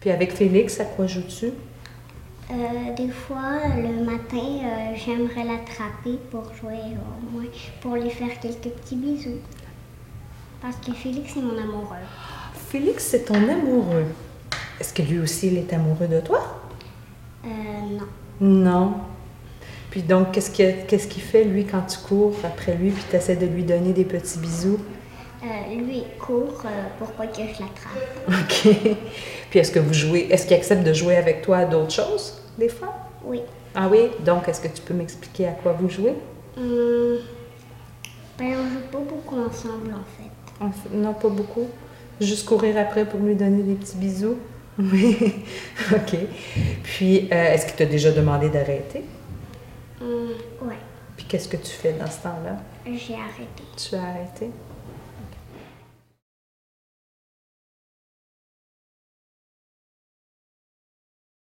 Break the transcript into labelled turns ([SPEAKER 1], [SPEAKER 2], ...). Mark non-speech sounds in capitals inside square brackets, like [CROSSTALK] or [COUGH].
[SPEAKER 1] Puis avec Félix, à quoi joues-tu?
[SPEAKER 2] Euh, des fois, le matin, euh, j'aimerais l'attraper pour jouer au moins, pour lui faire quelques petits bisous. Parce que Félix est mon amoureux.
[SPEAKER 1] Félix, c'est ton amoureux. Est-ce que lui aussi, il est amoureux de toi?
[SPEAKER 2] Euh, non.
[SPEAKER 1] Non. Puis donc, qu'est-ce qu'il qu'est-ce qu'il fait, lui, quand tu cours après lui, puis tu essaies de lui donner des petits bisous? [LAUGHS]
[SPEAKER 2] Euh, lui, il court euh, pour pas que je l'attrape.
[SPEAKER 1] OK. Puis est-ce que vous jouez, est-ce qu'il accepte de jouer avec toi à d'autres choses, des fois?
[SPEAKER 2] Oui.
[SPEAKER 1] Ah oui? Donc, est-ce que tu peux m'expliquer à quoi vous jouez?
[SPEAKER 2] Hum, ben, on joue pas beaucoup ensemble, en fait.
[SPEAKER 1] En fait, Non, pas beaucoup. Juste courir après pour lui donner des petits bisous. Oui. [LAUGHS] OK. Puis, euh, est-ce qu'il t'a déjà demandé d'arrêter?
[SPEAKER 2] Hum, ouais,
[SPEAKER 1] Puis, qu'est-ce que tu fais dans ce temps-là?
[SPEAKER 2] j'ai arrêté.
[SPEAKER 1] Tu as arrêté?